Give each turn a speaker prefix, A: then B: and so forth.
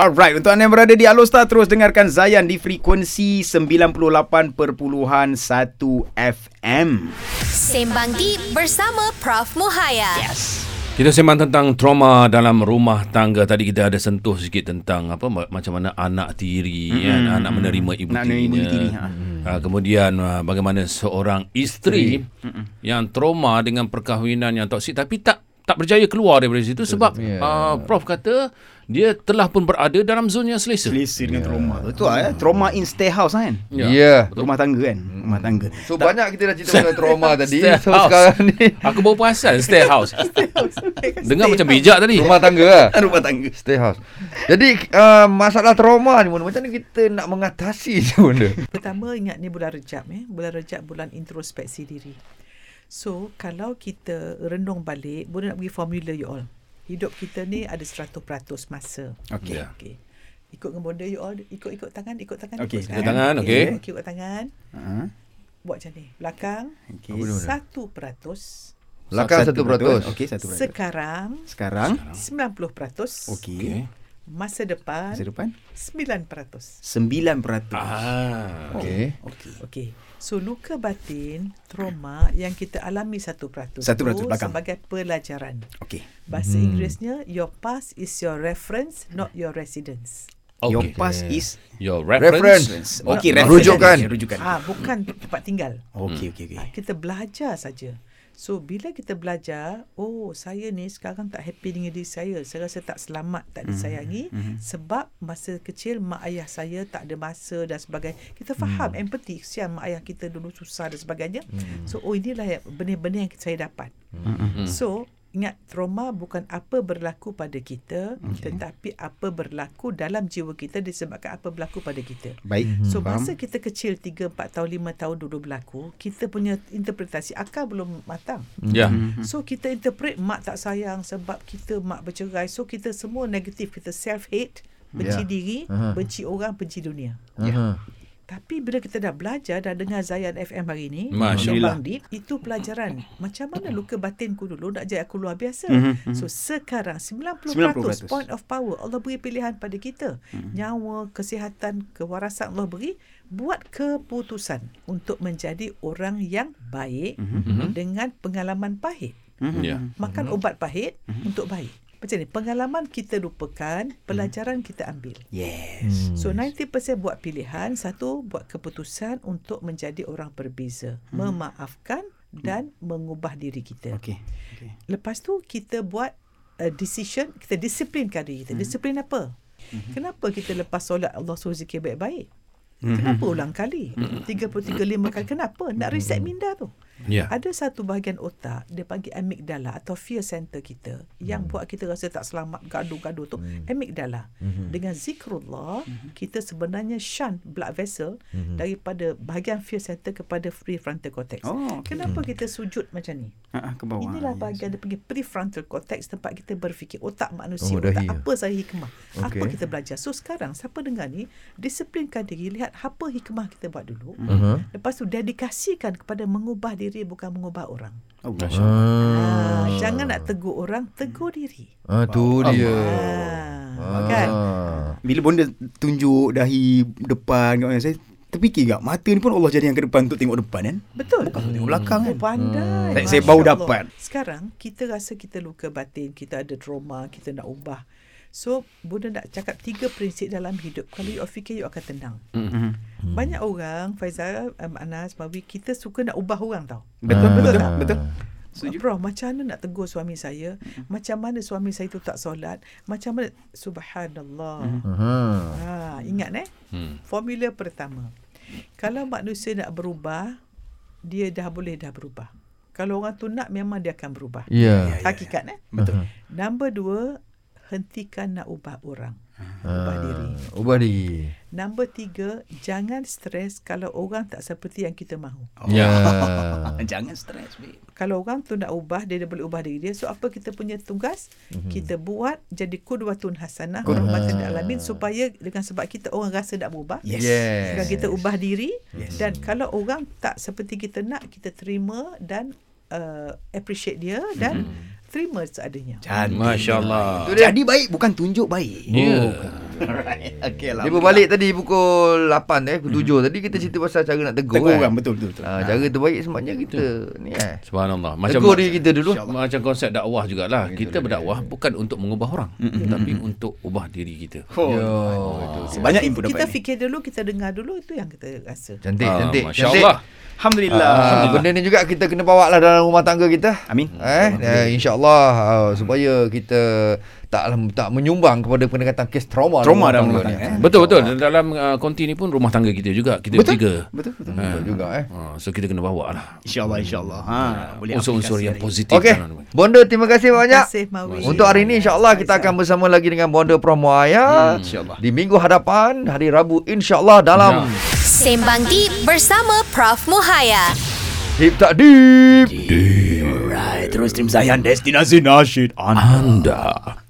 A: Alright, untuk anda yang berada di Alostar terus dengarkan Zayan di frekuensi 98.1 FM.
B: Sembang Deep bersama Prof Muhaya.
A: Yes.
C: Kita sembang tentang trauma dalam rumah tangga. Tadi kita ada sentuh sikit tentang apa ma- macam mana anak tiri mm-hmm. kan, anak menerima ibu
A: Anak menerima
C: tirinya.
A: ibu tiri, ha.
C: Ha, kemudian ah, bagaimana seorang isteri mm-hmm. yang trauma dengan perkahwinan yang toksik tapi tak tak berjaya keluar daripada situ sebab yeah. uh, prof kata dia telah pun berada dalam zon yang selesa.
A: Selesa dengan trauma. Betul lah, eh? Trauma in stay house kan?
D: Ya. Yeah.
A: Rumah tangga kan? Rumah tangga.
D: So tak. banyak kita dah cerita pasal trauma tadi.
C: Stay
D: So
C: house.
D: sekarang ni
C: Aku baru perasan stay house. Dengar macam bijak tadi.
D: rumah tangga lah.
A: Rumah tangga.
D: Stay house. Jadi uh, masalah trauma ni Mun, macam mana kita nak mengatasi je benda?
E: Pertama ingat ni bulan Rejab eh. Bulan Rejab bulan introspeksi diri. So kalau kita renung balik, boleh nak bagi formula you all. Hidup kita ni ada 100% masa.
A: Okey.
C: Ya.
E: Okey. Ikut gemboda you all, ikut-ikut tangan, ikut tangan,
A: Okey,
E: ikut
A: ikut
C: tangan, okey.
E: Okey, ikut tangan.
A: Ha?
E: Buat macam ni. Belakang,
A: Okey.
E: satu peratus.
D: Belakang 1%.
A: Okey, 1%.
E: Sekarang,
A: Sekarang,
E: 90%.
A: okey.
E: Masa depan,
A: Masa depan,
E: 9%.
A: 9%.
C: Ah.
D: Okey.
A: Okey.
E: Okey. So luka batin, trauma yang kita alami 1%
A: Satu peratus
E: tu
A: belakang.
E: sebagai pelajaran.
A: Okey.
E: Bahasa hmm. Inggerisnya your past is your reference not your residence.
C: Okay.
A: Your past is
C: Your
D: Reference.
C: reference.
A: reference. Okey,
D: Mak-
A: reference.
D: rujukan.
A: Okey, Rujukan. Hmm.
E: Ah bukan tempat tinggal.
A: Okey, okey, okey.
E: Ah, kita belajar saja. So bila kita belajar, oh saya ni sekarang tak happy dengan diri saya. Saya rasa tak selamat, tak disayangi mm-hmm. sebab masa kecil mak ayah saya tak ada masa dan sebagainya. Kita faham mm. empathy kesian mak ayah kita dulu susah dan sebagainya. Mm. So oh inilah yang- benih-benih yang saya dapat. Mm-hmm. So ingat trauma bukan apa berlaku pada kita okay. tetapi apa berlaku dalam jiwa kita disebabkan apa berlaku pada kita.
A: Baik.
D: Hmm,
E: So
A: faham.
E: masa kita kecil 3 4 tahun 5 tahun dulu berlaku, kita punya interpretasi akal belum matang.
D: Hmm.
C: Ya. Yeah.
E: So kita interpret mak tak sayang sebab kita mak bercerai. So kita semua negatif, kita self hate, benci
D: Ya.
E: diri,
D: Aha.
E: benci orang, benci dunia.
D: Uh-huh.
E: Tapi bila kita dah belajar dan dengar Zayan FM hari ni,
C: Masya
E: Sembang Deep, itu pelajaran. Macam mana luka batinku dulu nak jadi aku luar biasa. So sekarang 90%,
A: 90%.
E: point of power Allah beri pilihan pada kita. Nyawa, kesihatan, kewarasan Allah beri. Buat keputusan untuk menjadi orang yang baik dengan pengalaman pahit.
C: Ya.
E: Makan ubat pahit untuk baik. Macam ni, pengalaman kita lupakan, pelajaran kita ambil.
A: Yes.
E: So 90% buat pilihan, satu buat keputusan untuk menjadi orang berbeza, memaafkan dan mengubah diri kita.
A: Okey. Okey.
E: Lepas tu kita buat uh, decision, kita disiplinkan
A: Mhm.
E: diri kita. Disiplin apa? Kenapa kita lepas solat Allah suruh zikir baik-baik?
A: Mhm.
E: Kenapa ulang kali? 33 lima kali kenapa? Nak
A: Mhm.
E: reset minda tu.
C: Ya.
E: Ada satu bahagian otak dia panggil amigdala atau fear center kita yang
A: Hmm.
E: buat kita rasa tak selamat gaduh-gaduh tu amigdala.
A: Mhm.
E: Dengan zikrullah kita sebenarnya shunt blood vessel
A: Mhm.
E: daripada bahagian fear center kepada prefrontal cortex.
A: Oh, okey.
E: Kenapa kita sujud macam ni?
A: Ha, ke bawah.
E: Inilah
D: Oh,
A: Yes.
E: bahagian dia panggil prefrontal cortex tempat kita berfikir otak
D: Oh,
E: manusia,
D: dahi
E: oh, otak
D: ya?
E: apa saya hikmah, okay. apa
D: Okey.
E: kita belajar. So sekarang siapa dengar ni, disiplinkan diri, lihat apa hikmah kita buat dulu.
D: Uh-huh.
E: Lepas tu dedikasikan kepada mengubah diri bukan mengubah orang.
A: Oh,
E: Ah, jangan nak tegur orang, tegur diri.
D: Hmm. Ah tu dia.
E: Ah, kan?
A: Bila bonda tunjuk dahi depan kat orang, saya terfikir tak mata ni pun Allah jadikan ke depan untuk tengok depan kan.
E: Betul.
A: Bukan untuk tengok belakang kan.
E: Oh, pandai.
A: Tak, saya
E: Masya
A: baru
E: Allah.
A: dapat.
E: Sekarang, kita rasa kita luka batin, kita ada trauma, kita nak ubah. So, Bunda nak cakap tiga prinsip dalam hidup. Kalau you all fikir, you akan tenang.
A: Mm-hmm.
E: Banyak orang, Faizal, um, Anas, Mawi, kita suka nak ubah orang tau.
A: Betul, betul, betul, betul.
E: Setuju. Prof, macam mana nak tegur suami saya?
D: Mm-hmm.
E: Macam mana suami saya tu tak solat? Macam mana? Subhanallah.
D: Uh-huh.
E: Ha, ingat eh.
C: Hmm.
E: Formula pertama. Kalau manusia nak berubah, dia dah boleh dah berubah. Kalau orang tu nak memang dia akan berubah.
D: Ya. Uh-huh.
E: Hakikat eh.
A: Betul.
E: Number dua, hentikan nak ubah orang. Ubah diri.
D: Ah, Ubah diri.
E: Number tiga, jangan stres kalau orang tak seperti yang kita mahu.
C: Ya.
A: Ah, Jangan stres, babe.
E: Kalau orang tu nak ubah, dia, dia boleh ubah diri dia. So, apa kita punya tugas? Kita buat jadi kudwatun hasanah. Kurmatan alamin. Supaya dengan sebab kita orang rasa nak berubah.
A: Yes.
D: Yes.
E: Sekarang kita ubah diri
A: Yes.
E: yes. dan kalau orang tak seperti kita nak, kita terima dan uh, appreciate dia dan mm-hmm. terima seadanya.
A: Cantik.
C: Masya Allah.
A: Jadi baik bukan tunjuk baik.
C: Ya.
A: Bukan. Alright. Okey lah.
D: Dia berbalik tadi pukul 8 eh, pukul 7 tadi kita cerita pasal cara nak
A: Hmm.
D: tegur.
A: Tegur
D: kan?
A: orang betul betul betul.
D: Ah, cara terbaik sebenarnya kita ni eh.
C: Subhanallah. Macam
D: Tegur diri kita dulu.
C: macam konsep dakwah jugalah. Kita berdakwah bukan untuk mengubah orang,
D: Hmm,
C: tapi untuk ubah diri kita. Ah,
A: Oh. Banyak info
E: Kita
A: dapat ni.
E: fikir dulu, kita dengar dulu itu yang kita rasa.
D: Cantik,
C: Ah,
D: cantik.
C: Masya
D: cantik.
C: Allah.
A: Alhamdulillah.
D: Ah,
A: Alhamdulillah.
D: benda ni juga kita kena bawa lah dalam rumah tangga kita.
A: Amin.
D: Eh, eh insya-Allah ah, supaya kita tak tak menyumbang kepada pendekatan kes trauma
A: Trauma dalam rumah
D: ni,
A: tangga,
D: eh.
C: Betul betul. Dalam uh, konti ni pun rumah tangga kita juga. Kita
A: Betul.
C: bertiga.
A: Betul betul.
D: Betul juga eh.
C: Ah, so kita kena bawa lah
A: InsyaAllah, insyaAllah. Ha, boleh
C: unsur-unsur yang
A: aplikasi
C: positif.
D: Okey,
C: dalam rumah.
D: Bonda terima kasih banyak.
E: Terima kasih, Mawi.
D: Untuk hari ini insya-Allah kita akan bersama lagi dengan Bonda Pramuaya
A: Hmm, InsyaAllah. Ya.
D: di minggu hadapan hari Rabu insya-Allah dalam
B: Sembang Deep bersama Prof Muhaya.
D: Hip Tak Deep.
A: Alright, terus stream saya Destinasi Nasyid Anda.
C: Anda